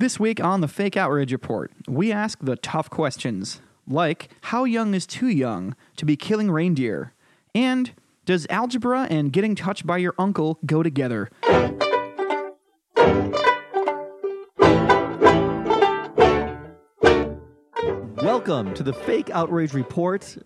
This week on the Fake Outrage Report, we ask the tough questions like how young is too young to be killing reindeer? And does algebra and getting touched by your uncle go together? Welcome to the Fake Outrage Report,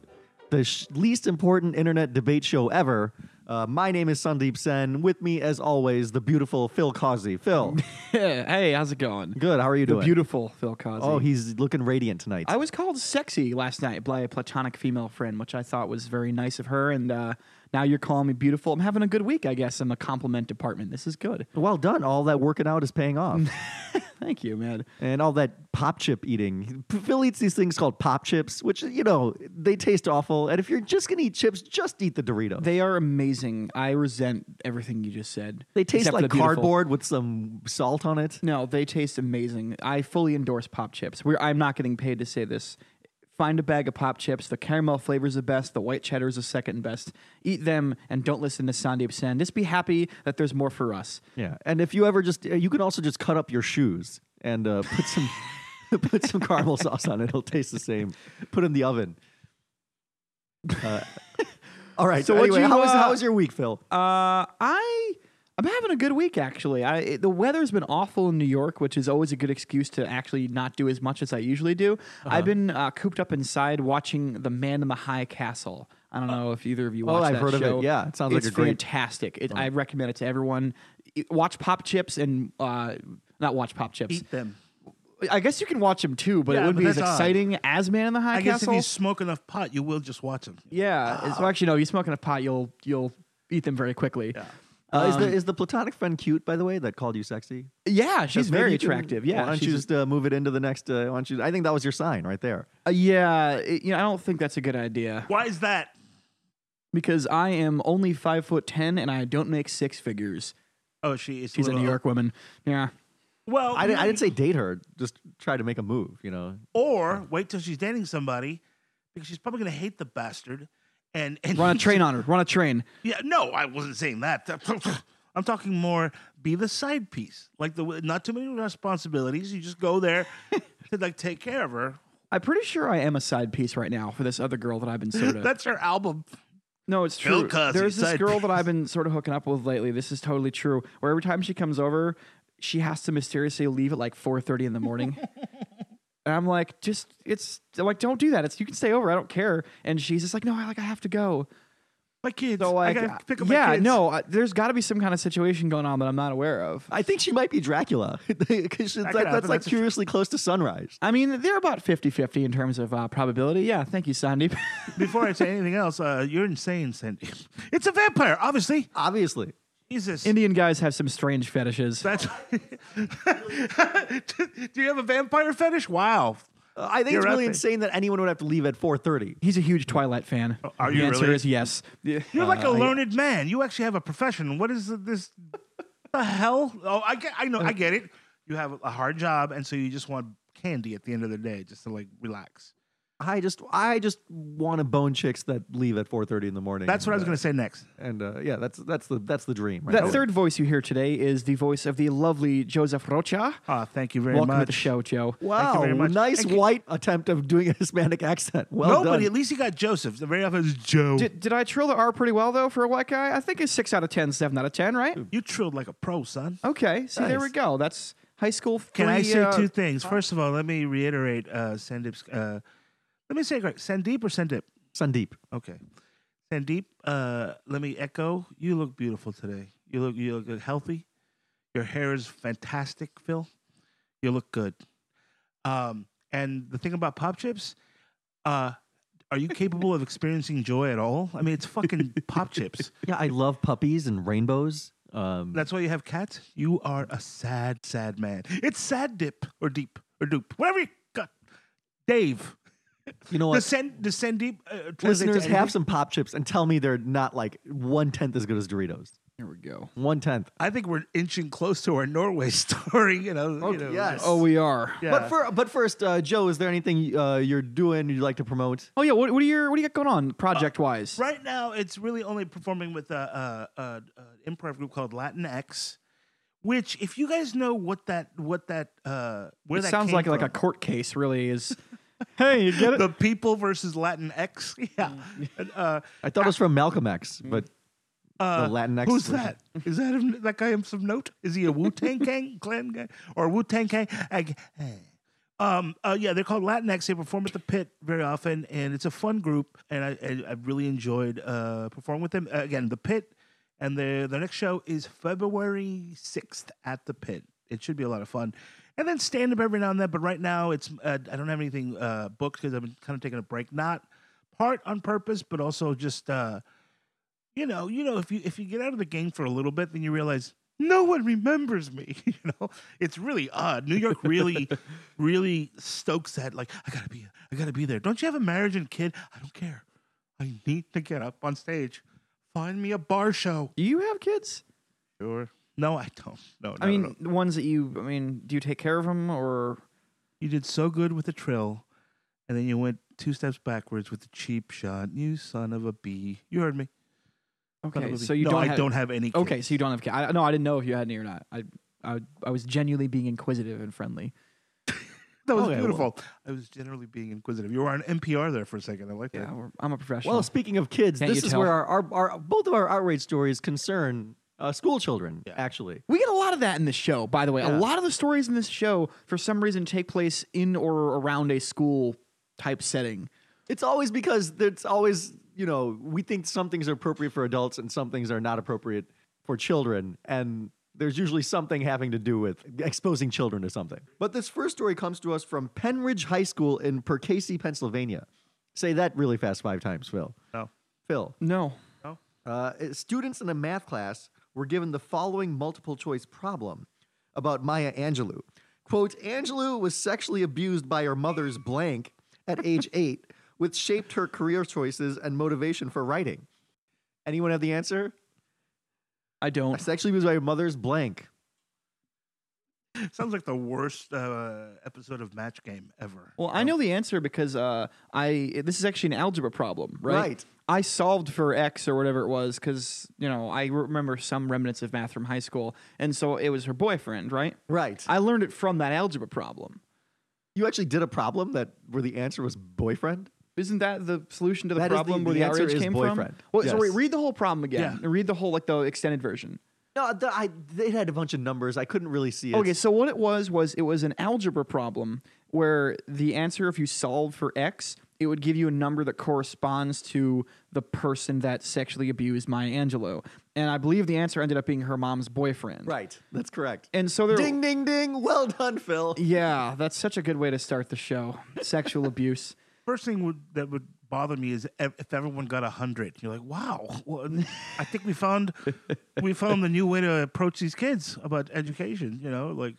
the sh- least important internet debate show ever. Uh, my name is Sandeep Sen. With me, as always, the beautiful Phil Causey. Phil, hey, how's it going? good. How are you The doing? beautiful Phil Cosby. oh, he's looking radiant tonight. I was called sexy last night by a platonic female friend, which I thought was very nice of her. And uh, now you're calling me beautiful. I'm having a good week, I guess, in the compliment department. This is good. well done. All that working out is paying off, Thank you, man. and all that pop chip eating. P- Phil eats these things called pop chips, which you know they taste awful. And if you're just gonna eat chips, just eat the Dorito. They, They are amazing. I resent everything you just said. taste except for like the beautiful. cardboard with some salt on it. No, they taste amazing. I fully endorse pop chips. We're, I'm not getting paid to say this. Find a bag of pop chips. The caramel flavor is the best. The white cheddar is the second best. Eat them and don't listen to Sandeep Sen. Just be happy that there's more for us. Yeah, and if you ever just, uh, you can also just cut up your shoes and uh, put some put some caramel sauce on it. It'll taste the same. Put it in the oven. Uh, all right. So So what'd anyway, you, how was uh, how was your week, Phil? Uh, I I'm having a good week actually. I it- the weather's been awful in New York, which is always a good excuse to actually not do as much as I usually do. Uh-huh. I've been uh, cooped up inside watching The Man in the High Castle. I don't know if either of you. watched Uh, oh, I've that heard of it. show. Yeah, it sounds like It's a great- fantastic. It, I recommend it to everyone. I- Watch Pop Chips and uh, not watch Pop Chips. eat them. I guess you can watch them too, but it Yeah, wouldn't but be as that's odd. exciting as Man in the High I guess Castle. if you smoke enough pot, you will just watch them. yeah. So actually, no. You smoke enough pot, you'll you'll eat them very quickly. Uh, is the is the platonic friend cute? By the way, that called you sexy. Yeah, she's 'Cause maybe very you can- attractive. Yeah, Why don't she's you just uh, move it into the next? Uh, why don't you? I think that was your sign right there. Uh, yeah, it- you know, I don't think that's a good idea Why is that? because I am only five foot ten and I don't make six figures. Oh, she is. She's a New York woman. Yeah, Well, I didn't, I didn't say date her. Just try to make a move. You know. Or wait till she's dating somebody, because she's probably gonna hate the bastard. And and run a train on her. Run a train. Yeah, no, I wasn't saying that. I'm talking more be the side piece, like the not too many responsibilities. You just go there to like take care of her. I'm pretty sure I am a side piece right now for this other girl that I've been sort of. That's her album. no, it's Bill true. Cosby, There's this side girl that piece. I've been sort of hooking up with lately. This is totally true. Where every time she comes over, she has to mysteriously leave at like four thirty in the morning. And I'm like, just it's I'm like, don't do that. It's you can stay over. I don't care. And she's just like, no, I like I have to go. My kids. So like, I gotta pick up yeah, my kids. no, I, there's got to be some kind of situation going on that I'm not aware of. I think she might be Dracula because that could that's happen. like That's a- curiously close to sunrise. I mean, they're about 50-50 in terms of uh, probability. Yeah, thank you, Sandeep. Before I say anything else, uh, you're insane, Sandy. It's a vampire, obviously. Obviously. Jesus. Indian guys have some strange fetishes. That's. Do you have a vampire fetish? Wow. Uh, I think You're it's out really there. insane that anyone would have to leave at 4:30. He's a huge Twilight fan. Oh, are the you answer really? is yes. Uh, Yeah. You're like a Uh, learned man. You actually have a profession. What is this? the hell? Oh, I get. I know. I get it. You have a hard job, and so you just want candy at the end of the day, just to like relax. I just I just want to bone chicks that leave at 4:30 in the morning. That's what I was going to say next. to And uh, yeah, that's that's the that's the dream. Right That there. Oh. third voice you hear today is the voice of the lovely Joseph Rocha. Ah, thank you very Welcome much. to the show, Joe. Wow, very much. nice Thank you. white attempt of doing a Hispanic accent. Well no, but done. at least you got Joseph. The very often is Joe. Did, did I trill the R pretty well, though, for a white guy? I think it's 6 out of 10, 7 out of 10, right? you trilled like a pro, son. Okay, see, there Nice. we go. That's high school. Can I three, say uh, two things? First of all, let me reiterate uh, Sandeep's. Uh, let me say it correct. Sandeep or Sandeep? Sandeep. Okay. Sandeep, uh, let me echo. You look beautiful today. You look you look healthy. Your hair is fantastic, Phil. You look good. Um, and the thing about pop chips, uh, are you capable of experiencing joy at all? I mean, it's fucking pop chips. Yeah, I love puppies and rainbows. Um, That's why you have cats. You are a sad, sad man. It's sad dip or deep or dupe, whatever you got. Dave, you know what? does San, does Sandeep uh, translate to Listeners, anything? have some pop chips and tell me they're not like one tenth as good as Doritos. Here we go. One tenth. I think we're inching close to our Norway story. You know, you know, yes. Oh, we are. yeah. But for but first, uh, Joe, is there anything uh, you're doing you'd like to promote? Oh yeah, what, what are your what do you got going on project wise? right now, it's really only performing with an uh, uh, uh, improv group called Latin X, Which, if you guys know what that, what that, uh, where it that sounds came like like a from. court case. Really is. hey, you get it? the people versus Latin X. Yeah. Mm. And, uh, I thought it was from Malcolm X, but uh, Latin X Who's version. that? Is that him, that guy of some note? Is he a Wu Tang Gang clan guy or Wu Tang Gang? I- eh. Um, uh, yeah, they're called Latinx. They perform at the pit very often, and it's a fun group. And I, I, I really enjoyed uh, performing with them. Uh, again, the pit, and their their next show is February sixth at the pit. It should be a lot of fun. And then stand up every now and then. But right now, it's uh, I don't have anything uh, booked because I've been kind of taking a break. Not part on purpose, but also just uh, you know, you know, if you if you get out of the game for a little bit, then you realize no one remembers me. You know, it's really odd. New York really, really stokes that. Like, I gotta be, I gotta be there. Don't you have a marriage and kid? I don't care. I need to get up on stage. Find me a bar show. Do you have kids? Sure. No, I don't. No, no, I mean, no, no. the ones that you. I mean, do you take care of them or? you did so good with the trill, and then you went two steps backwards with the cheap shot. You son of a bee. You heard me. Son of Okay, a so bee. you No, don't. I have, don't have any. Kids. Okay, so you don't have kids. I, no, I didn't know if you had any or not. I, I, I was genuinely being inquisitive and friendly. That was Okay, well. beautiful. I was generally being inquisitive. You were on NPR there for a second. I like that. Yeah, we're, I'm a professional. Well, speaking of kids, Can't this you is tell? where our, our, our both of our outrage stories concern uh, school children. Actually, we get a lot of that in this show, by the way. Yeah. A lot of the stories in this show, for some reason, take place in or around a school type setting. it's always because it's always you know we think some things are appropriate for adults and some things are not appropriate for children, and there's usually something having to do with exposing children to something. But this first story comes to us from Penridge High School in Percasey, Pennsylvania. Say that really fast five times, Phil. No. Phil. No. Uh, students in a math class were given the following multiple choice problem about Maya Angelou. Quote, Angelou was sexually abused by her mother's blank at age eight, which shaped her career choices and motivation for writing. Anyone have the answer? I don't. Sexually abused by her mother's blank. Sounds like the worst uh, episode of Match Game ever. Well, Oh. I know the answer because uh, I this is actually an algebra problem, right? Right. I solved for x or whatever it was because you know I remember some remnants of math from high school, and so it was her boyfriend, right? Right. I learned it from that algebra problem. you actually did a problem that where the answer was boyfriend? Isn't that the solution to the That is the- problem where the the, answer outrage is came boyfriend. from? Well, Yes. so wait, read the whole problem again. Yeah. Read the whole like the extended version. No, the, I, it had a bunch of numbers. I couldn't really see it. Okay, so what it was was it was an algebra problem where the answer, if you solve for x, it would give you a number that corresponds to the person that sexually abused Maya Angelou, and I believe the answer ended up being her mom's boyfriend. Right. That's correct. And so there. ding, ding, ding. Well done, Phil. Yeah, that's such a good way to start the show. Sexual abuse. First thing would, that would bother me is ev- if everyone got a hundred. You're like, wow. Well, I think we found we found the new way to approach these kids about education. You know, like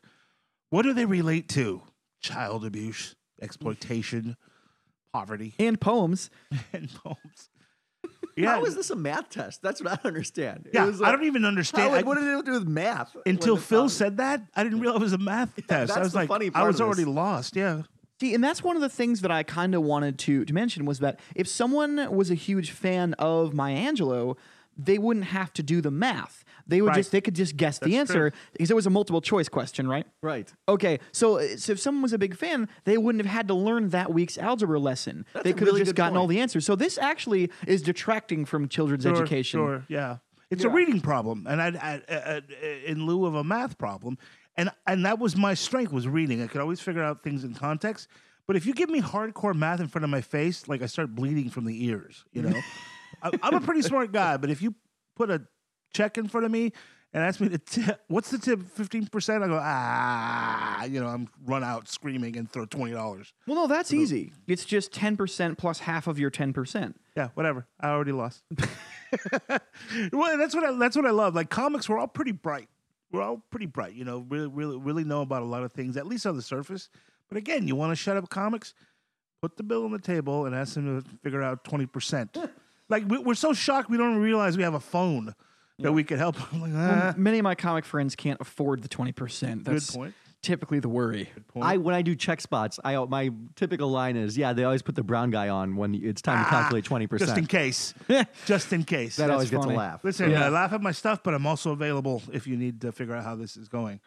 what do they relate to? Child abuse, exploitation, poverty, And poems. and poems. Yeah, How is this a math test? That's what I don't understand. It yeah. was I like, don't even how- understand. I- what did it do with math? until When the- Phil said that, I didn't realize it was a math test. that's I was the like, funny I part was of already this. lost. Yeah. See, and that's one of the things that I kind of wanted to, to mention was that if someone was a huge fan of Maya Angelou, they wouldn't have to do the math. They would Right. just they could just guess the That's true. answer because it was a multiple choice question, right? right. Okay, so so if someone was a big fan, they wouldn't have had to learn that week's algebra lesson. That's they a could really have just good gotten all point. the answers. So this actually is detracting from children's Sure, education. Sure, yeah. It's a reading problem, and I, I, I, I in lieu of a math problem, and and that was my strength was reading. I could always figure out things in context. But if you give me hardcore math in front of my face, like I start bleeding from the ears. You know, I, I'm a pretty smart guy, but if you put a check in front of me and ask me to tip, what's the tip? Fifteen percent? I go ah, you know, I'm run out screaming and throw twenty dollars. Well, no, that's easy. It's just ten percent plus half of your ten percent. Yeah, whatever. I already lost. well, that's what I that's what I love. Like comics, we're all pretty bright. We're all pretty bright. You know, really, really, really know about a lot of things, at least on the surface. But again, you want to shut up comics, put the bill on the table, and ask them to figure out twenty percent. like we, we're so shocked we don't realize we have a phone that we could help. I'm like, ah, Many of my comic friends can't afford the twenty percent. good That's point. typically the worry. Good point. I when I do check spots, I my typical line is, yeah, they always put the brown guy on when it's time to calculate twenty Ah, just in percent. case. just in case. That always gets funny. a laugh. Listen, Yeah. uh, laugh at my stuff, but I'm also available if you need to figure out how this is going.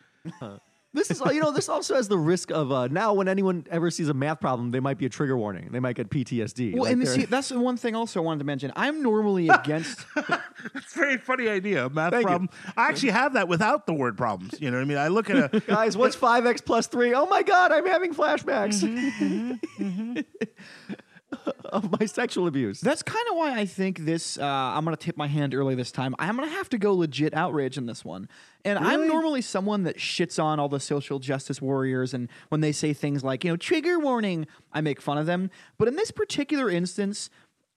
This is you know this also has the risk of uh, now when anyone ever sees a math problem, they might be a trigger warning. They might get PTSD. Well, Like and they're- see, that's the one thing also I wanted to mention. I'm normally against. It's a very funny idea, a math Thank you. problem. I actually have that without the word problems. You know what I mean? I look at a guys, what's five x plus three? Oh my god, I'm having flashbacks Mm-hmm, of my sexual abuse. that's kind of why I think this. Uh, I'm gonna tip my hand early this time. I'm gonna have to go legit outrage in this one. And I'm normally someone that shits on all the social justice warriors, and when they say things like you know trigger warning, I make fun of them. But in this particular instance.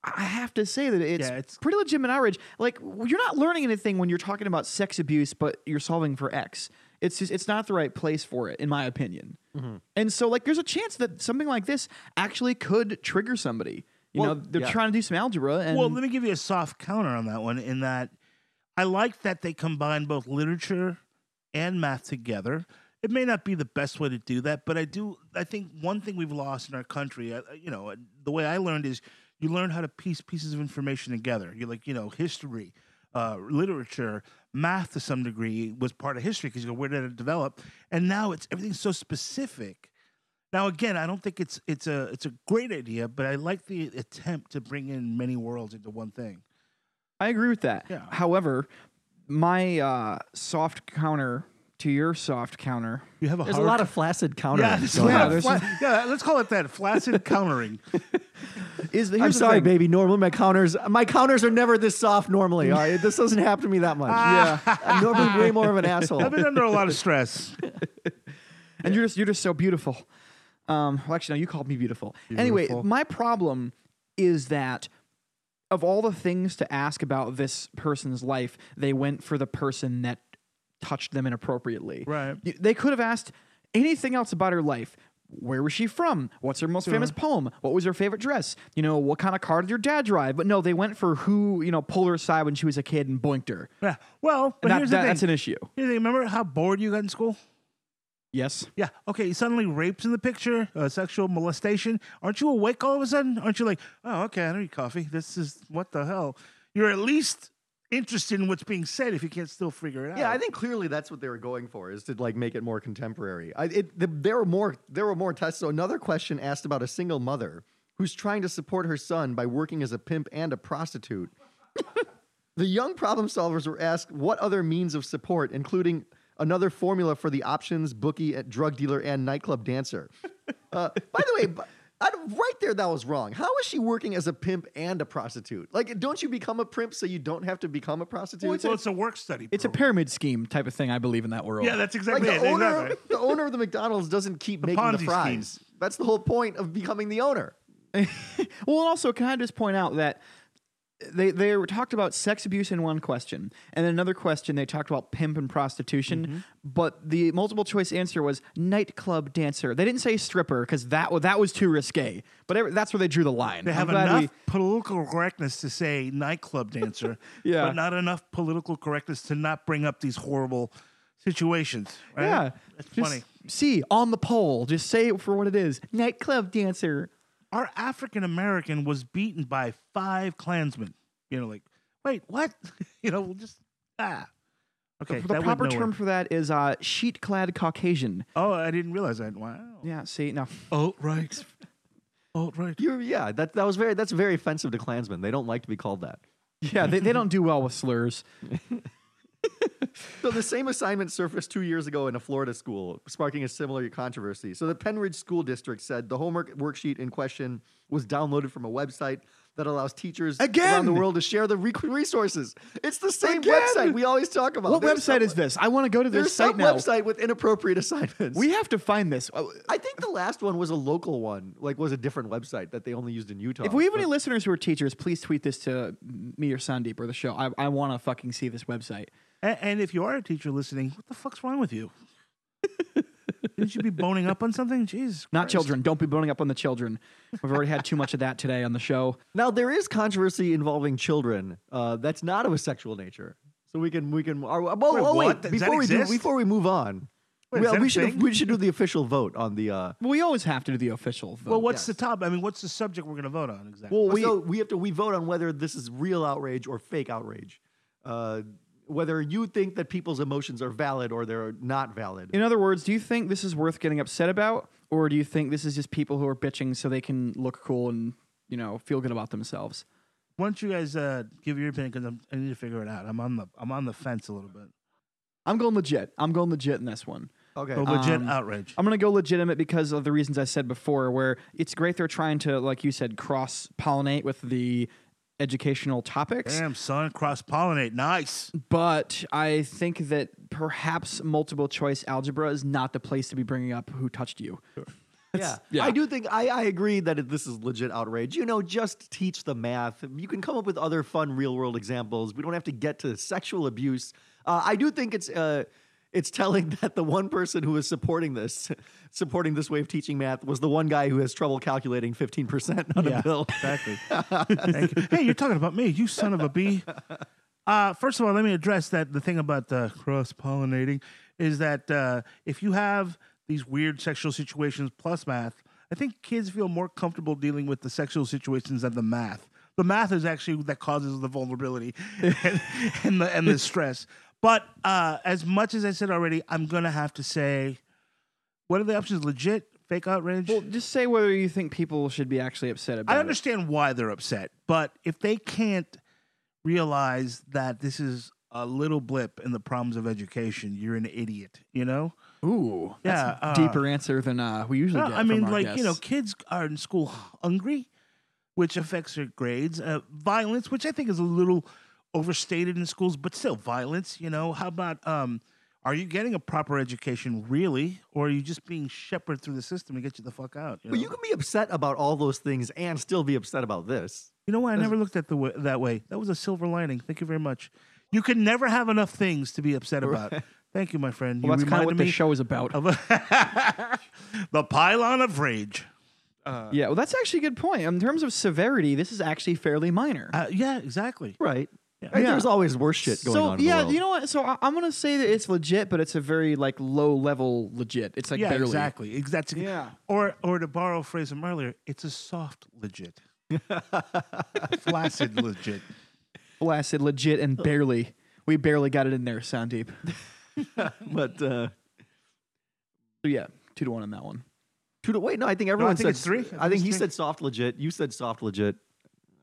I have to say that it's, Yeah, it's- pretty legitimate outrage. Like you're not learning anything when you're talking about sex abuse, but you're solving for X. It's just it's not the right place for it, in my opinion. And so like there's a chance that something like this actually could trigger somebody. You Well, know, they're yeah. trying to do some algebra and Well, let me give you a soft counter on that one in that I like that they combine both literature and math together. It may not be the best way to do that, but I do. I think one thing we've lost in our country, uh, you know, the way I learned is you learn how to piece pieces of information together. You're like, you know, history, uh, literature, math to some degree was part of history because you go, where did it develop? And now it's everything's so specific. Now, again, I don't think it's it's a it's a great idea, but I like the attempt to bring in many worlds into one thing. I agree with that. Yeah. However, my uh, soft counter to your soft counter. You have a There's a hard lot of flaccid counter. yeah, there's a going lot on. of fla- yeah, let's call it that flaccid countering. Is the, I'm here's the sorry, thing. baby. Normally, my counters my counters are never this soft. Normally, all right? this doesn't happen to me that much. Yeah. I'm normally way more of an I've asshole. been under a lot of stress. and you're just you're just so beautiful. Um, well, actually, no, you called me beautiful. Anyway, Beautiful. my problem is that of all the things to ask about this person's life, they went for the person that touched them inappropriately. Right. Y- They could have asked anything else about her life. Where was she from? What's her most famous poem? What was her favorite dress? You know, what kind of car did your dad drive? But no, they went for who, you know, pulled her aside when she was a kid and boinked her. Yeah. Well, but And that, here's that- the that's thing. an issue. Here's the thing. Remember how bored you got in school? Yes. Yeah. Okay. Suddenly, rapes in the picture, uh, sexual molestation. Aren't you awake all of a sudden? Aren't you like, oh, okay, I don't need coffee. This is what the hell. You're at least interested in what's being said if you can't still figure it out. Yeah, I think clearly that's what they were going for is to like make it more contemporary. I, it, the, there were more there were more tests. So another question asked about a single mother who's trying to support her son by working as a pimp and a prostitute. the young problem solvers were asked what other means of support, including another formula for the options bookie, at drug dealer, and nightclub dancer. Uh, by the way. bu- I, don't- right there, that was wrong. How is she working as a pimp and a prostitute? Like, don't you become a pimp so you don't have to become a prostitute? well, it's a work study. It's a program. pyramid scheme type of thing, I believe, in that world. Yeah, that's Like exactly the it. owner, Exactly. the owner of the McDonald's doesn't keep making Ponzi the scheme. fries. That's the whole point of becoming the owner. Well, and also, can I just point out that they they were- talked about sex abuse in one question, and in another question they talked about pimp and prostitution, Mm-hmm. but the multiple choice answer was nightclub dancer. They didn't say stripper because that wa- that was too risque. But every, that's where they drew the line. They I'm have glad enough we- political correctness to say nightclub dancer, Yeah. but not enough political correctness to not bring up these horrible situations. Right? yeah, It's just funny. See on the poll, just say it for what it is. Nightclub dancer. Our African American was beaten by five Klansmen. You know, like, wait, what? you know, we'll just ah. Okay, the that went proper nowhere. term for that is uh, sheet-clad Caucasian. Oh, I didn't realize that. Wow. Yeah. See, no. Alt right. Alt right. You're, yeah, that that was very that's very offensive to Klansmen. They don't like to be called that. Yeah, they, they don't do well with slurs. So the same assignment surfaced two years ago in a Florida school, sparking a similar controversy. So the Penridge School District said the homework worksheet in question was downloaded from a website that allows teachers around the Again! world to share the re- resources. It's the same Again! website we always talk about. What There's website some- is this? I want to go to There's this site some now. website with inappropriate assignments. We have to find this. Uh, I think the last one was a local one, like was a different website that they only used in Utah. Oh, If we have any listeners who are teachers, please tweet this to me or Sandeep or the show. I, I want to fucking see this website. And, and if you are a teacher listening, what the fuck's wrong with you? Didn't you be boning up on something? Jeez. Not Christ. children. Don't be boning up on the children. We've already had too much of that today on the show. now there is controversy involving children. Uh, that's not of a sexual nature, so we can we can. Are, well, Wait, oh, wait, what? Does that before we do, exist? before we move on, Wait, is well, that we a should thing? we should do the official vote on the. Uh, We always have to do the official vote. Well, what's yes. the top? I mean, what's the subject we're going to vote on exactly? well, we- we, so we have to we vote on whether this is real outrage or fake outrage, uh, whether you think that people's emotions are valid or they're not valid. In other words, do you think this is worth getting upset about, or do you think this is just people who are bitching so they can look cool and you know feel good about themselves? Why don't you guys uh, give your opinion? Because I need to figure it out. I'm on the I'm on the fence a little bit. I'm going legit. I'm going legit in this one. okay, So legit Um, outrage. I'm going to go legitimate because of the reasons I said before, where it's great they're trying to, like you said, cross pollinate with the educational topics. Damn son, cross pollinate. Nice. But I think that perhaps multiple choice algebra is not the place to be bringing up who touched you. yeah. yeah. I do think I, I agree that it, this is legit outrage. You know, just teach the math. You can come up with other fun real world examples. We don't have to get to sexual abuse. Uh, I do think it's uh, it's telling that the one person who is supporting this, supporting this way of teaching math, was the one guy who has trouble calculating fifteen percent on a bill. Exactly. Thank you. Hey, you're talking about me, you son of a bee. Uh, first of all, let me address that the thing about uh, cross pollinating is that uh, if you have these weird sexual situations plus math, I think kids feel more comfortable dealing with the sexual situations than the math. The math is actually that causes the vulnerability and, and the and the stress. But uh, as much as I said already, I'm gonna have to say, what are the options? Legit, fake outrage. Well, just say whether you think people should be actually upset about I it. understand why they're upset, but if they can't realize that this is a little blip in the problems of education, you're an idiot. You know? Ooh, Yeah. uh, deeper answer than uh, we usually no, get. I mean, from our like you know, guests. kids are in school hungry, which affects their grades. Uh, violence, which I think is a little overstated in schools, but still violence. You know, how about um, are you getting a proper education really, or are you just being shepherded through the system to get you the fuck out? Well, know? you can be upset about all those things and still be upset about this. You know what? I never looked at the way, that way. That was a silver lining. Thank you very much. You can never have enough things to be upset about. Thank you, my friend. Well, you that's kind of what reminded the me show is about. of the pylon of rage. uh, yeah, well, that's actually a good point. In terms of severity, this is actually fairly minor. Uh, yeah, exactly. Right. Yeah. There's always worse shit going so on. in the yeah, world. you know what? So I, I'm gonna say that it's legit, but it's a very like low level legit. It's like yeah, barely. exactly. Exactly. Yeah. Or, or to borrow a phrase from earlier, it's a soft legit, flaccid legit. Blasted legit and barely. We barely got it in there, Sandeep. but uh, So yeah, two to one on that one. two to wait. No, I think everyone think it's said three. I I think think, it's he three. said soft legit. You said soft legit.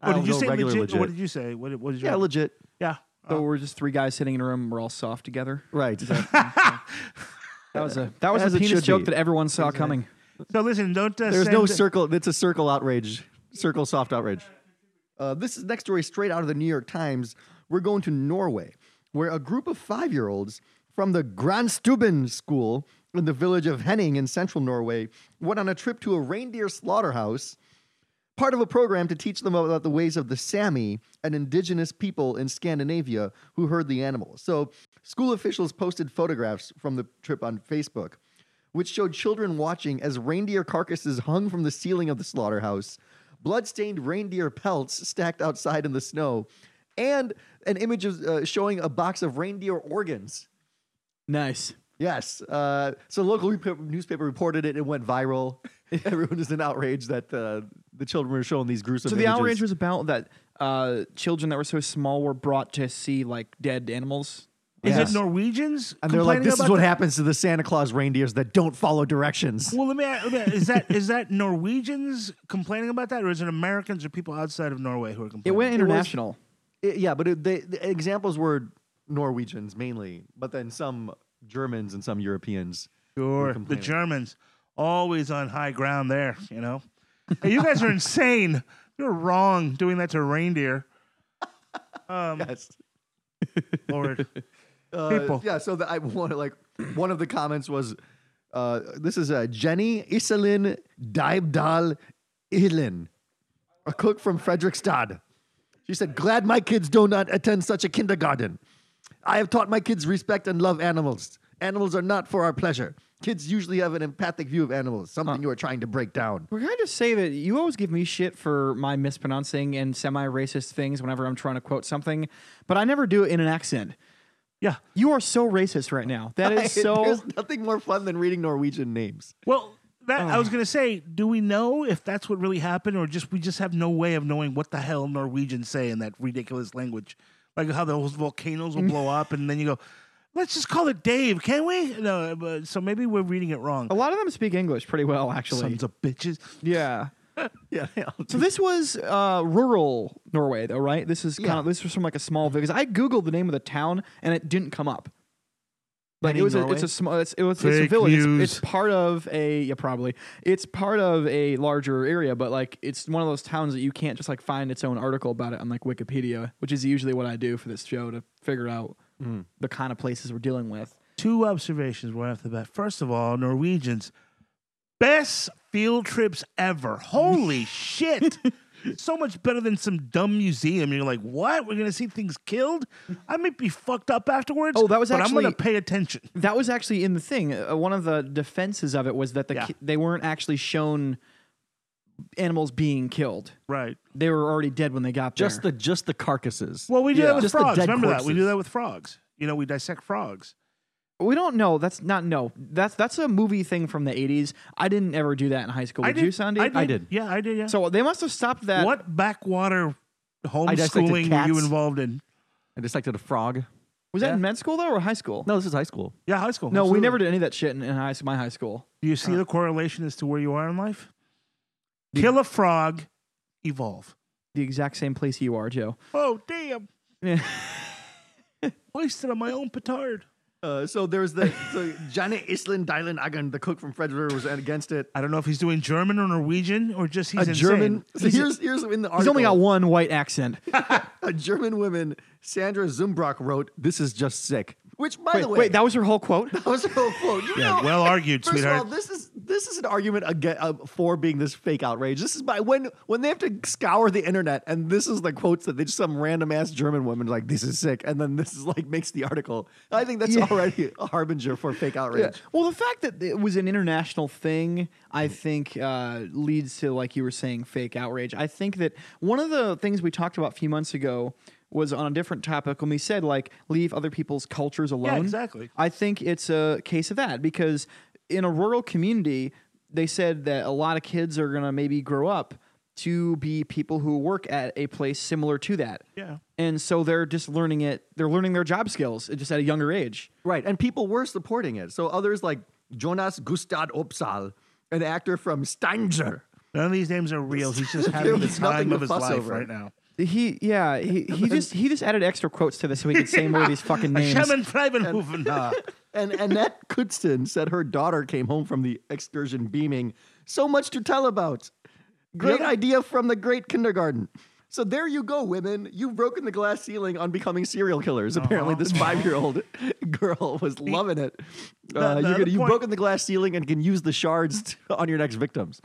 I What don't did you know, say? regular Legit. Or What did you say? What, did- what did you? yeah, legit. yeah. So we're just three guys sitting in a room. We're all soft together. Right. That was a that was As a it penis should joke be. that everyone saw coming. So listen, don't. Uh, There's no send- circle. It's a circle outrage. Circle soft outrage. Uh, this is next story straight out of the New York Times. We're going to Norway, where a group of five-year-olds from the Granstuben School in the village of Henning in central Norway went on a trip to a reindeer slaughterhouse, part of a program to teach them about the ways of the Sami, an indigenous people in Scandinavia who herd the animals. So, school officials posted photographs from the trip on Facebook which showed children watching as reindeer carcasses hung from the ceiling of the slaughterhouse, blood-stained reindeer pelts stacked outside in the snow, and an image of, uh, showing a box of reindeer organs. Nice. Yes. Uh, so local rep- newspaper reported it. It went viral. Everyone was in outrage that uh, the children were showing these gruesome. So the images. outrage was about that uh, children that were so small were brought to see like dead animals. Is Yes. it Norwegians? and they're like, complaining "This is about what that?" happens to the Santa Claus reindeers that don't follow directions." Well, let me, let me is that is that Norwegians complaining about that, or is it Americans or people outside of Norway who are It complaining? went was- international. It- yeah, but it, the, the examples were Norwegians mainly, but then some Germans and some Europeans. sure. The complaining. Germans always on high ground there. You know, hey, you guys are insane. You're wrong doing that to reindeer. Yes. Lord, Uh, People. Yeah, so the, I want like one of the comments was uh, this is uh, Jenny Iselin Daibdal Ilin, a cook from Fredrikstad. She said, Glad my kids do not attend such a kindergarten. I have taught my kids respect and love animals. Animals are not for our pleasure. Kids usually have an empathic view of animals, something you are trying to break down. Well, Can I just say that you always give me shit for my mispronouncing and semi racist things whenever I'm trying to quote something, but I never do it in an accent. Yeah. You are so racist right now. That is so. There's nothing more fun than reading Norwegian names. Well, that I Oh. was gonna say, do we know if that's what really happened, or just we just have no way of knowing what the hell Norwegians say in that ridiculous language, like how those volcanoes will blow up, and then you go, let's just call it Dave, can we? No, but, so maybe we're reading it wrong. A lot of them speak English pretty well, actually. Sons of bitches. yeah. Yeah. So this was uh, rural Norway, though, right? This is kind Yeah. of this was from like a small because I googled the name of the town and it didn't come up. Like it Any was, a, Norway? it's a small, it's, it was, it's a Fake village. It's, news. it's part of a, yeah, probably. It's part of a larger area, but like it's one of those towns that you can't just like find its own article about it on like Wikipedia, which is usually what I do for this show to figure out Mm. the kind of places we're dealing with. Two observations right off the bat. First of all, Norwegians, best field trips ever. Holy shit. So much better than some dumb museum. You're like, what? We're gonna see things killed? I might be fucked up afterwards. Oh, that was but I'm gonna actually- pay attention. That was actually in the thing. Uh, one of the defenses of it was that the Yeah. ki- they weren't actually shown animals being killed. Right. They were already dead when they got Just there. the just the carcasses. Well, we do Yeah. that with Just the frogs. dead Remember that? We do corpses. that with frogs. You know, we dissect frogs. we don't know. That's not no. That's that's a movie thing from the '80s. I didn't ever do that in high school. I Did, you, Sandy? I did. did. Yeah, I did. Yeah. So they must have stopped that. what backwater dissected homeschooling were cats. you involved in? I dissected a frog. was that Yeah. in med school though, or high school? No, this is high school. Yeah, high school. No, we absolutely. never did any of that shit in, in high, my high school. Do you see the correlation as to where you are in life? Kill a frog, evolve. The exact same place you are, Joe. Oh damn! Yeah. Wasted on my own petard. Uh, so there was the so Johnny Island Dylan Agan, the cook from Fred River, was against it. I don't know if he's doing German or Norwegian or just he's a insane. German. So here's here's in the article. He's only got one white accent. a German woman, Sandra Zumbrock, wrote, "This is just sick." Which, by Wait, the way, wait, that was your whole quote. that was a whole quote. You Yeah, know- well argued, First sweetheart. of all, this is this is an argument against, uh, for being this fake outrage. This is by when when they have to scour the internet, and this is the quotes that they just some random ass German woman like this is sick, and then this is like makes the article. I think that's already a harbinger for fake outrage. Yeah. Well, the fact that it was an international thing, I think, uh, leads to like you were saying, fake outrage. I think that one of the things we talked about a few months ago was on a different topic when we said like leave other people's cultures alone. exactly. I think it's a case of that because in a rural community, they said that a lot of kids are gonna maybe grow up to be people who work at a place similar to that. Yeah. And so they're just learning it. They're learning their job skills just at a younger age. Right, and people were supporting it. So others like Jonas Gustad Opsal, an actor from Steinger. None of these names are real. He's just There having the was nothing time to of his fuss life over. right now. He yeah he, he just he just added extra quotes to this so he could say more of these fucking names. Shaman Freibenhofen. And uh, Annette Kudston said her daughter came home from the excursion beaming. So much to tell about. Great Yeah. idea from the great kindergarten. So there you go, women. You've broken the glass ceiling on becoming serial killers. Apparently, this five-year-old girl was loving it. Uh, the you're other gonna, you've point- broken the glass ceiling and can use the shards to, on your next victims.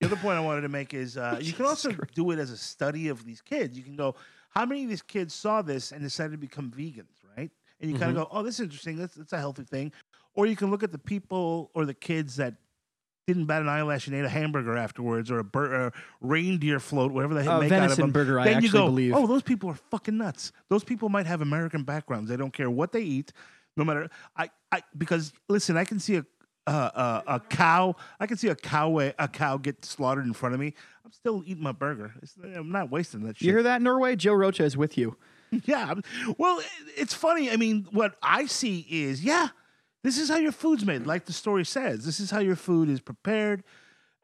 The other point I wanted to make is uh, you can also do it as a study of these kids. You can go, how many of these kids saw this and decided to become vegans, right? And you kind Mm-hmm. of go, oh, this is interesting. That's, that's a healthy thing. Or you can look at the people or the kids that didn't bat an eyelash and ate a hamburger afterwards or a, bur- or reindeer float, whatever they Uh, make out of venison them. burger, I then you actually go, believe. oh, those people are fucking nuts. Those people might have American backgrounds. They don't care what they eat, no matter. I, I because listen, I can see a uh, a, a cow. I can see a cow wa- a cow get slaughtered in front of me. I'm still eating my burger. It's, I'm not wasting that shit. You hear that, Norway? Joe Rocha is with you. Yeah. Well, it- it's funny. I mean, what I see is, yeah, this is how your food's made, like the story says. This is how your food is prepared.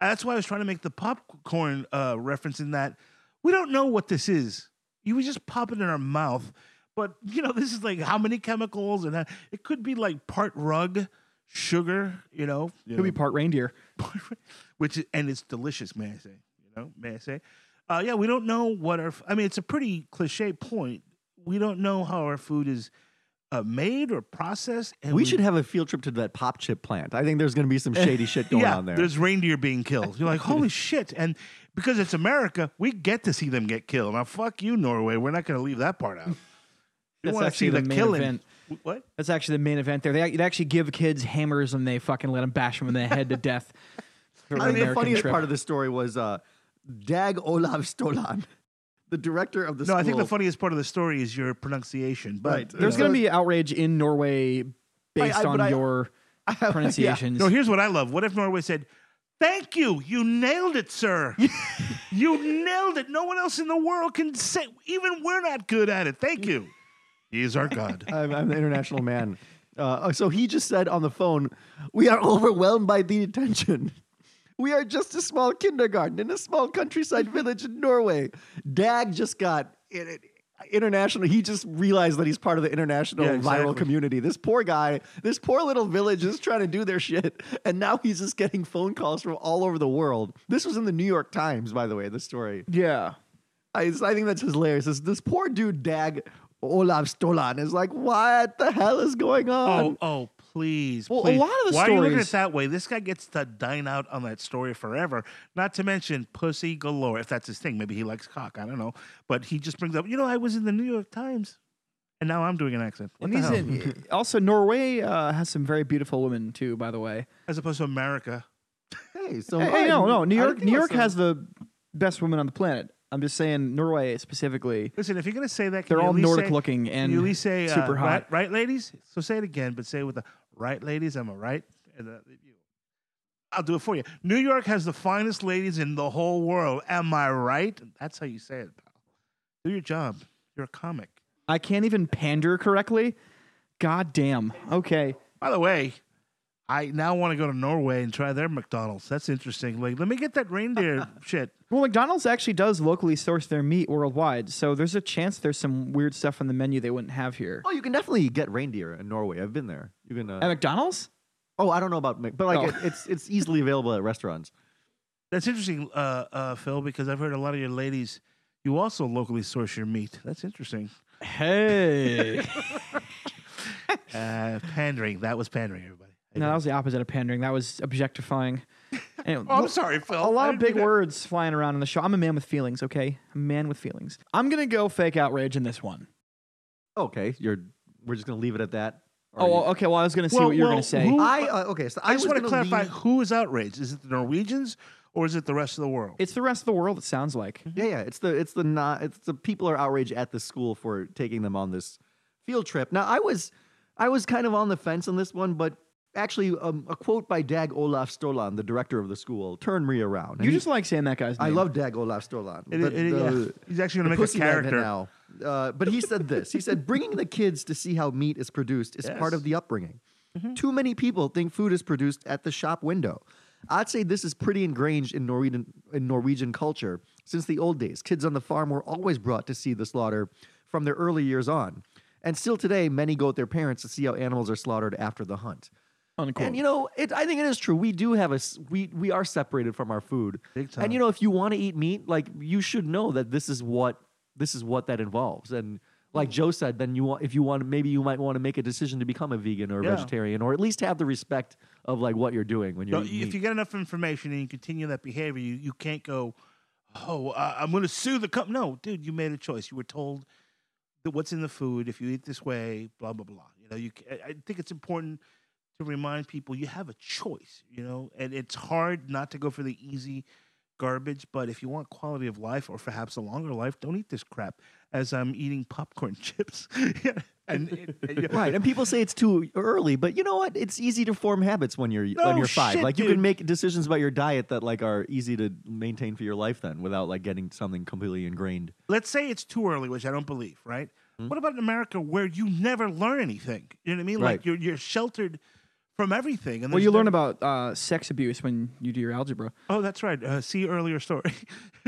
That's why I was trying to make the popcorn uh, reference in that we don't know what this is. You would just pop it in our mouth. But, you know, this is like how many chemicals and how, it could be like part rug, sugar, you know, you He'll be know, part reindeer. which is, and it's delicious, may I say? You know, may I say? Uh, yeah, we don't know what our. f- I mean, it's a pretty cliche point. We don't know how our food is uh, made or processed. And We should have a field trip to that pop chip plant. I think there's going to be some shady shit going yeah, on there. there's reindeer being killed. You're like, holy shit! And because it's America, we get to see them get killed. Now, fuck you, Norway. We're not going to leave that part out. We That's want to actually see the the, main killing. event. What? That's actually the main event there. They, they actually give kids hammers and they fucking let them bash them in the head to death. for I an think the American funniest trip. part of the story was uh, Dag Olav Stolan, the director of the No, I think the school- funniest part of the story is your pronunciation. But Right. There's going to be outrage in Norway based I- but on I- your pronunciations. No, here's what I love. What if Norway said, Thank you. You nailed it, sir. you nailed it. No one else in the world can say, even we're not good at it. Thank you. He is our God. I'm, I'm the international man. Uh, so he just said on the phone, "We are overwhelmed by the attention. We are just a small kindergarten in a small countryside village in Norway." Dag just got it, it- international. He just realized that he's part of the international Yeah, viral exactly. community. This poor guy, this poor little village is trying to do their shit, and now he's just getting phone calls from all over the world. This was in the New York Times, by the way. The story. Yeah. I, I think that's hilarious. This, this poor dude, Dag Olav Stolan, is like, what the hell is going on? Oh, oh, please. Well, a please. lot of the Why are you looking at stories- it that way? This guy gets to dine out on that story forever. Not to mention pussy galore, if that's his thing. Maybe he likes cock. I don't know. But he just brings up, you know, I was in the New York Times, and now I'm doing an accent. What And the he's hell? in, also, Norway uh, has some very beautiful women, too, by the way. As opposed to America. Hey, so Hey, Oh, I- no, no. New I York, think New York also- has the best women on the planet. I'm just saying, Norway specifically, Listen, if you're going to say that, can they're you all at least Nordic say- looking Can and you at least say uh, super hot. Right, right, ladies? So say it again, but say it with the right, ladies. I'm a right. and, uh, you- I'll do it for you. New York has the finest ladies in the whole world. Am I right? That's how you say it, pal. Do your job. You're a comic. I can't even pander correctly. God damn. Okay. By the way, I now want to go to Norway and try their McDonald's. That's interesting. Like, let me get that reindeer shit. Well, McDonald's actually does locally source their meat worldwide, so there's a chance there's some weird stuff on the menu they wouldn't have here. Oh, you can definitely get reindeer in Norway. I've been there. You can. At Uh, McDonald's? oh, I don't know about, Mc- but like Oh. it, it's it's easily available at restaurants. That's interesting, uh, uh, Phil, because I've heard a lot of your ladies. You also locally source your meat. That's interesting. Hey. Uh, pandering. That was pandering, everybody. No, that was the opposite of pandering. That was objectifying. Anyway, Oh, I'm sorry, Phil. a I lot of didn't mean big that. words flying around in the show. I'm a man with feelings, okay? I'm a man with feelings. I'm going to go fake outrage in this one. Okay, you're. We're just gonna leave it at that. Or Oh, you- okay. Well, I was going to see Well, what you were well, going to say. who- I uh, okay. So I, I just was want to gonna clarify leave- who is outraged. Is it the Norwegians or is it the rest of the world? It's the rest of the world, it sounds like. Yeah, yeah. It's the it's the not it's the people are outraged at the school for taking them on this field trip. Now I was I was kind of on the fence on this one, but actually um, a quote by Dag Olaf Stolan, the director of the school, turned me around. And You he- just like saying that guy's name. I love Dag Olaf Stolan. It- but it- the- yeah. He's the actually going to make a pussy magnet character. now. Uh, but he said this. He said, "Bringing the kids to see how meat is produced is part Yes. Mm-hmm. of the upbringing. Too many people think food is produced at the shop window. I'd say this is pretty ingrained in Norwegian in Norwegian culture since the old days. Kids on the farm were always brought to see the slaughter from their early years on, and still today, many go with their parents to see how animals are slaughtered after the hunt. Unquote. And you know, it, I think it is true. We do have a s- we we are separated from our food. Big And time. you know, if you want to eat meat, like you should know that this is what this is what that involves. And Mm. like Joe said, then you want if you want maybe you might want to make a decision to become a vegan or a Yeah. vegetarian or at least have the respect of like what you're doing when you're No, eating If meat. you get enough information and you continue that behavior, you, you can't go, oh, uh, I'm going to sue the company. No, dude, you made a choice. You were told that what's in the food. If you eat this way, blah blah blah. You know, you. ca- I- I think it's important to remind people you have a choice. You know, and it's hard not to go for the easy garbage. But if you want quality of life or perhaps a longer life, don't eat this crap. As I'm eating popcorn chips, and, it- and you- Right, and people say it's too early, but you know what? It's easy to form habits when you're when No you're five. shit, like you dude. can make decisions about your diet that like are easy to maintain for your life then, without like getting something completely ingrained. let's say it's too early, which I don't believe, right? Hmm? What about in America where you never learn anything? You know what I mean? Right. Like you're you're sheltered from everything. And well, there's you learn no- about uh, sex abuse when you do your algebra. Oh, that's right. Uh, see earlier story.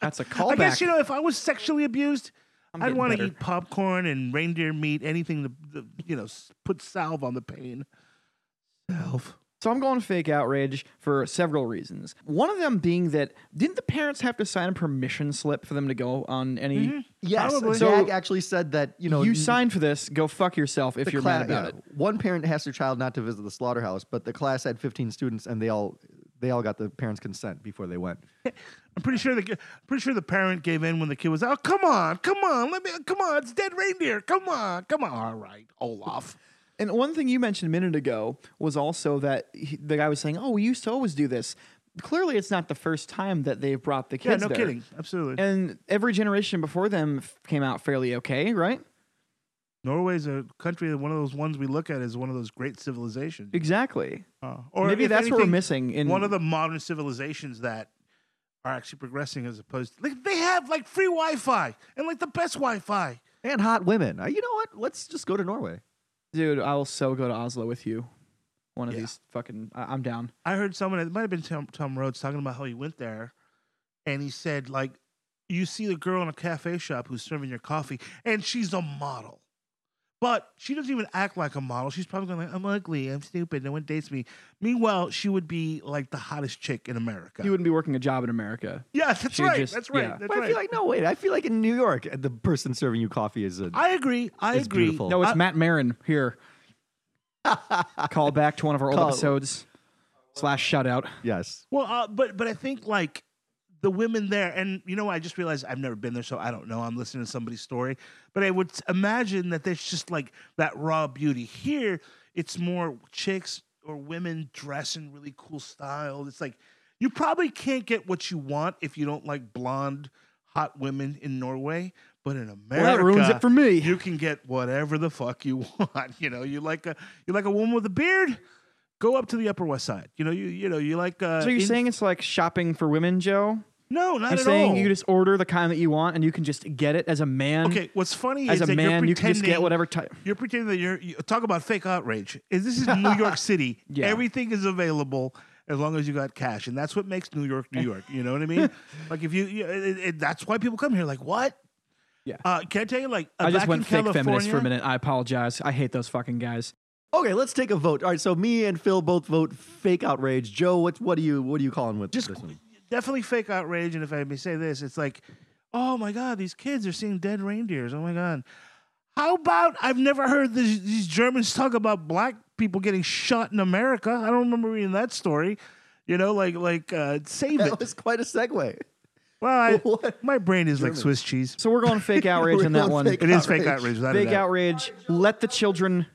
That's a I callback. guess you know if I was sexually abused, I'm i would getting want to better. eat popcorn and reindeer meat, anything to, to you know s- put salve on the pain. Salve. So I'm going fake outrage for several reasons. One of them being that didn't the parents have to sign a permission slip for them to go on any? Mm-hmm. Yes, Probably. Jag actually said that you know you n- signed for this. Go fuck yourself if the you're cla- mad about yeah, it. One parent asked their child not to visit the slaughterhouse, but the class had 15 students, and they all they all got the parents' consent before they went. I'm pretty sure the g- pretty sure the parent gave in when the kid was out. come on, come on, let me come on, it's dead reindeer. Come on, come on. All right, Olaf. And one thing you mentioned a minute ago was also that he, the guy was saying, "Oh, we used to always do this." clearly it's not the first time that they've brought the Yeah, kids. no there. kidding. Absolutely. And every generation before them f- came out fairly okay, right? Norway's a country, one of those ones we look at as one of those great civilizations. Exactly. Uh, or Maybe if that's what we're anything, missing in one of the modern civilizations that are actually progressing as opposed to like they have like free Wi-Fi and like the best Wi-Fi. and hot women. Uh, you know what? Let's just go to Norway. Dude, I will so go to Oslo with you. One of Yeah. these fucking. I- I'm down. I heard someone it might have been Tom, Tom Rhodes talking about how he went there, and he said like, you see the girl in a cafe shop who's serving your coffee, and she's a model. But she doesn't even act like a model. She's probably going like, "I'm ugly, I'm stupid, no one dates me." Meanwhile, she would be like the hottest chick in America. You wouldn't be working a job in America. yeah, that's she'd right. just- that's right. yeah. That's But I right. feel like no. Wait, I feel like in New York, uh, the person serving you coffee is a. I agree. I It's agree. beautiful. No, it's I- Matt Marin here. Call back to one of our old Call- episodes. Slash shoutout. yes. Well, uh, but but I think like the women there, and you know, I just realized I've never been there, so I don't know. I'm listening to somebody's story, but I would s- imagine that there's just like that raw beauty. Here, it's more chicks or women dress in really cool style. It's like you probably can't get what you want if you don't like blonde hot women in Norway, but in America, Well, that ruins it for me. you can get whatever the fuck you want. You know, you like a you like a woman with a beard. Go up to the Upper West Side. You know, you you know, you like. Uh, So you're in- saying it's like shopping for women, Joe? no, not You're at saying all. you just order the kind that you want and you can just get it as a man. okay, what's funny As is a that man, you're you can pretending just get whatever type. you're pretending that you're you, talk about fake outrage. Is this is New York City? Yeah. Everything is available as long as you got cash, and that's what makes New York New York. You know what I mean? like if you, you it, it- it- that's why people come here. Like what? Yeah. Uh, can I tell you? Like uh, I just back went in fake California, feminist for a minute. I apologize. I hate those fucking guys. Okay, let's take a vote. All right, so me and Phil both vote fake outrage. Joe, what what do you what are you calling with Just- this one? Definitely fake outrage. And if I may say this, it's like, oh my god, these kids are seeing dead reindeers. Oh my god. How about I've never heard these, these Germans talk about black people getting shot in America? I don't remember reading that story. You know, like like uh, save That it. was quite a segue. Well, I, What? my brain is like German. Swiss cheese. So we're going fake outrage We're in that going one. fake It is fake Outrage. outrage. Without a Big doubt. outrage. Let the children,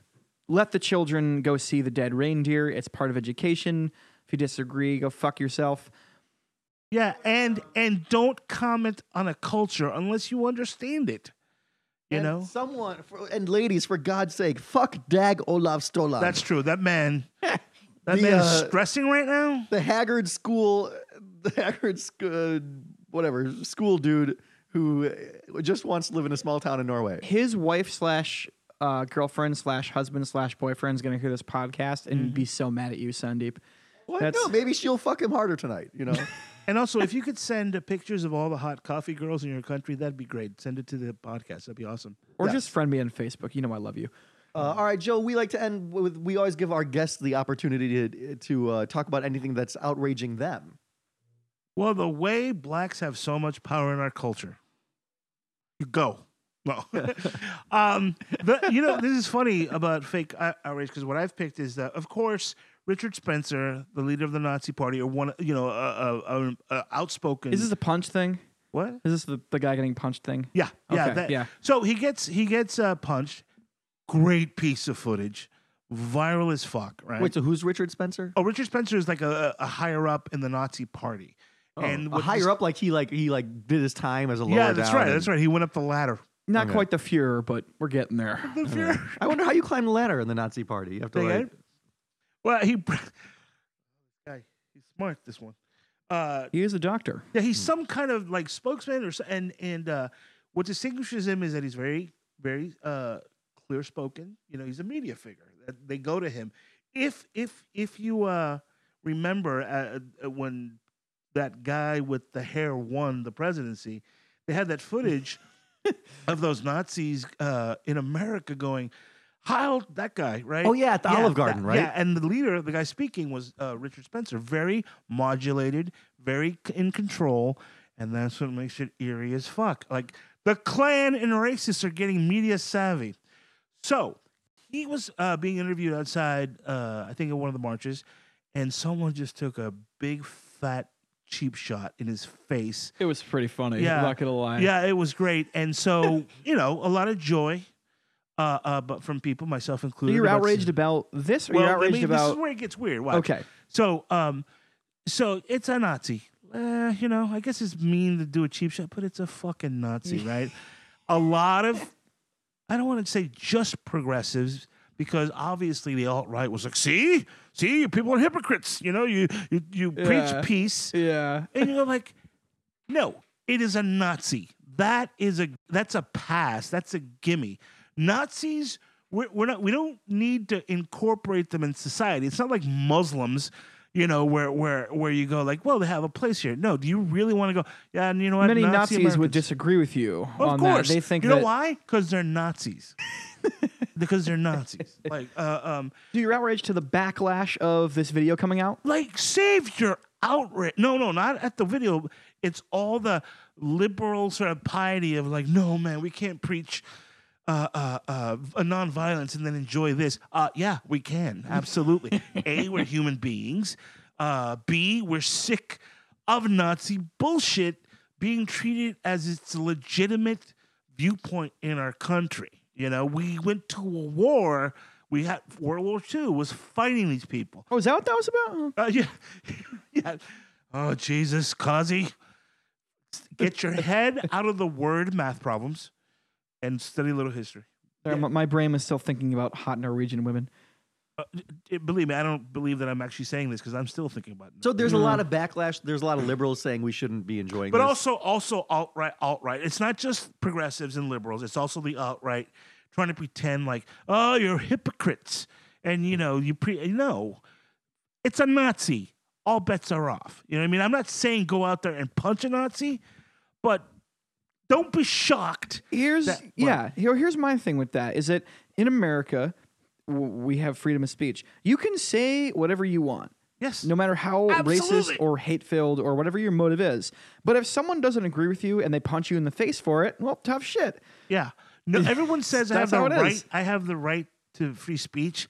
let the children go see the dead reindeer. It's part of education. If you disagree, go fuck yourself. Yeah, and and don't comment on a culture unless you understand it. You And know, someone for, and ladies, for God's sake, fuck Dag Olav Stolan. that's true. That man, that The, man is uh, stressing right now. the Haggard school, the Haggard school, whatever school dude who uh, just wants to live in a small town in Norway. His wife slash uh, girlfriend slash husband slash boyfriend's gonna hear this podcast and be so mad at you, Sandeep. What? That's- No, maybe she'll fuck him harder tonight. You know. And also, if you could send uh, pictures of all the hot coffee girls in your country, that'd be great. Send it to the podcast. That'd be awesome. Or Yes. just friend me on Facebook. You know I love you. Uh, all right, Joe. We like to end with. We always give our guests the opportunity to to uh, talk about anything that's outraging them. Well, the way blacks have so much power in our culture. You go. No. um, the, you know, this is funny about fake ou- outrage because what I've picked is that, of course, Richard Spencer, the leader of the Nazi Party, or one, you know, uh, uh, uh, uh, outspoken. Is this the punch thing? what? Is this the, the guy getting punched thing? Yeah, yeah, Okay, that- yeah. So he gets he gets uh, punched. Great piece of footage, viral as fuck, right? so who's Richard Spencer? oh, Richard Spencer is like a, a a higher up in the Nazi Party, Oh. and Oh, a what higher this- up, like he like he like did his time as a lower Yeah, that's down right. and- That's right. He went up the ladder. Not Okay. quite the Fuhrer, but we're getting there. The Fuhrer. I wonder how you climb the ladder in the Nazi party. You have to They like, got it? Well, he. Guy, he's smart. This one. Uh, He is a doctor. yeah, he's Hmm. some kind of like spokesman or so, and and uh, what distinguishes him is that he's very very uh, clear spoken. You know, he's a media figure. Uh, They go to him. If if if you uh, remember uh, uh, when that guy with the hair won the presidency, they had that footage of those Nazis uh, in America going. Heil, that guy, right? Oh, yeah, at the Olive Garden, that- right? Yeah, and the leader, the guy speaking, was uh, Richard Spencer. Very modulated, very c- in control, and that's what makes it eerie as fuck. Like the Klan and racists are getting media savvy. So he was uh, being interviewed outside, uh, I think, at one of the marches, and someone just took a big fat cheap shot in his face. It was pretty funny. Yeah. I'm not gonna lie. Yeah, it was great, and so you know, a lot of joy. Uh, uh, but from people, myself included, You're about- outraged about this, or well, you're I outraged mean, this is about where it gets weird. Watch. okay. So, um, So it's a Nazi. Uh, you know, I guess it's mean to do a cheap shot, but it's a fucking Nazi, right? a lot of, I don't want to say just progressives, because obviously the alt right was like, see, see, you people are hypocrites. You know, you you, you Yeah. preach peace, Yeah. and you're like, no, it is a Nazi. That is a that's a pass. That's a gimme. Nazis, we're, we're not. We don't need to incorporate them in society. It's not like Muslims, you know, where where where you go like, well, they have a place here. No, do you really want to go? Yeah, and you know what? Many Nazi Nazis would Americans- disagree with you Of on course, that. They think you know that- why? Because they're Nazis. because they're Nazis. Like, uh, um, Do your outrage to the backlash of this video coming out? like save your outrage. No, no, not at the video. It's all the liberal sort of piety of like, no, man, we can't preach uh, uh, uh, v- nonviolence and then enjoy this. Uh, yeah, we can absolutely. A, we're human beings. Uh, B, we're sick of Nazi bullshit being treated as its legitimate viewpoint in our country. You know, we went to a war. We had World War II was fighting these people. Oh, is that what that was about? Uh, yeah. yeah. Oh, Jesus, Kazi. Get your head out of the word math problems and study a little history. Sorry, my- my brain is still thinking about hot Norwegian women. Uh, d- believe me, I don't believe that I'm actually saying this because I'm still thinking about it. So there's a lot of backlash. There's a lot of liberals saying we shouldn't be enjoying. Mm-hmm. but this. also, also alt right, alt right. It's not just progressives and liberals. It's also the alt right trying to pretend like, oh, you're hypocrites, and you know, you pre. No, it's a Nazi. All bets are off. You know what I mean? I'm not saying go out there and punch a Nazi, but don't be shocked. Here's That- what? yeah. Here, here's my thing with that is that in America w- we have freedom of speech. You can say whatever you want, Yes. no matter how Absolutely. racist or hate filled or whatever your motive is. But if someone doesn't agree with you and they punch you in the face for it, well, tough shit. Yeah. No, everyone says I That's have the how it right. is. I have the right to free speech.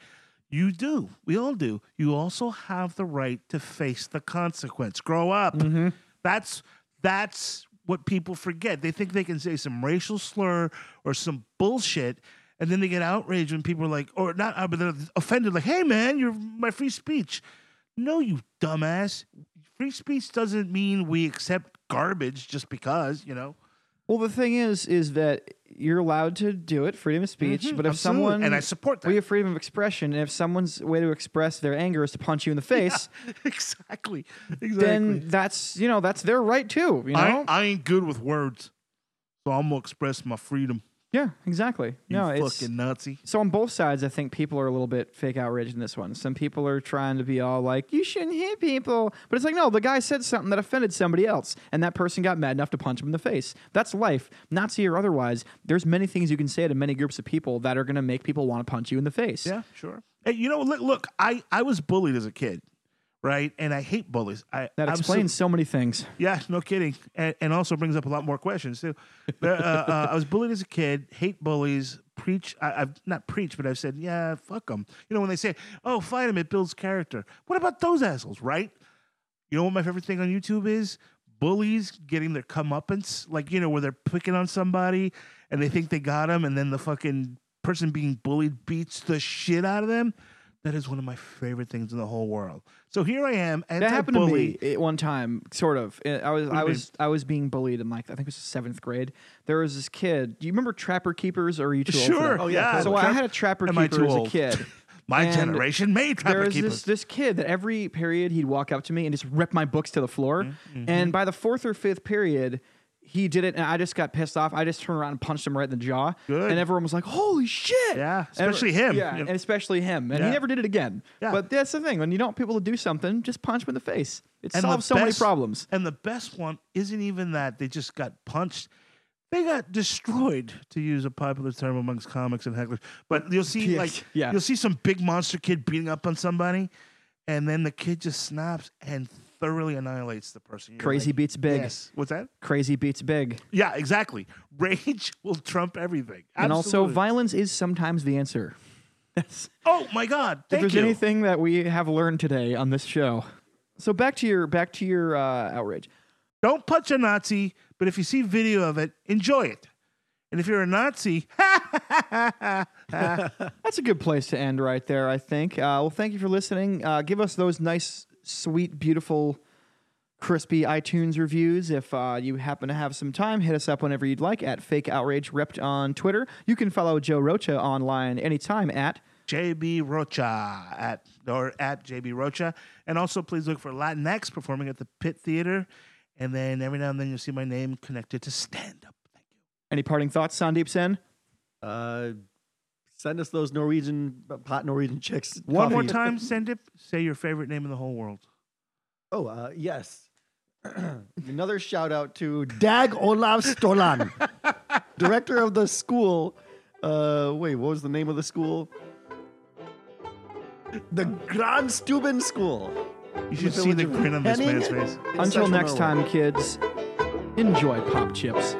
You do. We all do. You also have the right to face the consequence. Grow up. Mm-hmm. That's that's what people forget. They think they can say some racial slur or some bullshit, and then they get outraged when people are like, or not, uh, but they're offended. Like, hey man, you're my free speech. No, you dumbass. Free speech doesn't mean we accept garbage just because you know. Well, the thing is, is that you're allowed to do it, freedom of speech. but if Mm-hmm. absolutely. someone And I support that. we have freedom of expression, and if someone's way to express their anger is to punch you in the face, exactly. Exactly. then that's you know that's their right too. You know, I, I ain't good with words, so I'm gonna express my freedom. yeah, exactly. You no, it's fucking Nazi. So on both sides, I think people are a little bit fake outraged in this one. Some people are trying to be all like, "You shouldn't hit people," but it's like, no, the guy said something that offended somebody else, and that person got mad enough to punch him in the face. That's life, Nazi or otherwise. There's many things you can say to many groups of people that are going to make people want to punch you in the face. Yeah, sure. Hey, you know, look, look, I I was bullied as a kid, right? And I hate bullies. I That absol- explains so many things. Yeah, no kidding, and, and also brings up a lot more questions too. But, uh, uh, I was bullied as a kid. Hate bullies. Preach. I, I've not preached, but I've said, yeah, fuck them. You know, when they say, "Oh, fight them," it builds character. What about those assholes, right? You know what my favorite thing on YouTube is? Bullies getting their comeuppance, like you know, where they're picking on somebody and they think they got them, and then the fucking person being bullied beats the shit out of them. That is one of my favorite things in the whole world. So here I am, That happened anti-bully. to me at one time, sort of. Uh, I was I you mean? was I was being bullied in like I think it was seventh grade. There was this kid. Do you remember Trapper Keepers? Or are you too old? for Sure, that? Oh, yeah, So totally. I had a Trapper Am I Keeper too as a old? kid. My And generation made there trapper was keepers. this this kid that every period he'd walk up to me and just rip my books to the floor. Mm-hmm. And by the fourth or fifth period, he did it, and I just got pissed off. I just turned around and punched him right in the jaw. Good. And everyone was like, "Holy shit!" Yeah, And- especially him. Yeah, You know. and especially him. And Yeah. he never did it again. Yeah. But that's the thing: when you don't want people to do something, just punch them in the face. It And the solves so many best- problems. and the best one isn't even that they just got punched. They got destroyed, to use a popular term amongst comics and hecklers. But you'll see, Yeah, like, yeah. you'll see some big monster kid beating up on somebody, and then the kid just snaps and thoroughly annihilates the person. You're Crazy like, beats big. Yes. What's that? Crazy beats big. Yeah, exactly. Rage will trump everything. And also, Absolutely. violence is sometimes the answer. That's Oh my God! if Thank there's you. anything that we have learned today on this show. So back to your back to your uh, outrage. Don't punch a Nazi, but if you see video of it, enjoy it. And if you're a Nazi, That's a good place to end right there, I think. Uh, well, thank you for listening. Uh, give us those nice, sweet, beautiful crispy iTunes reviews. If uh, you happen to have some time, hit us up whenever you'd like at Fake Outrage Repped on Twitter. You can follow Joe Rocha online anytime at JB Rocha at or at JB Rocha. And also please look for Latinx performing at the Pit Theater. And then every now and then you'll see my name connected to stand up. Thank you. any parting thoughts, Sandeep Sen. Uh, send us those Norwegian hot Norwegian chicks. One more coffee. time, send it. Say your favorite name in the whole world. Oh uh, yes. Another shout out to Dag Olav Stolan, director of the school. Uh, wait, what was the name of the school? The Grand Stuben School. You The should see the village of grin on this Henning man's face. in Until central next Norway. time, kids, enjoy pop chips.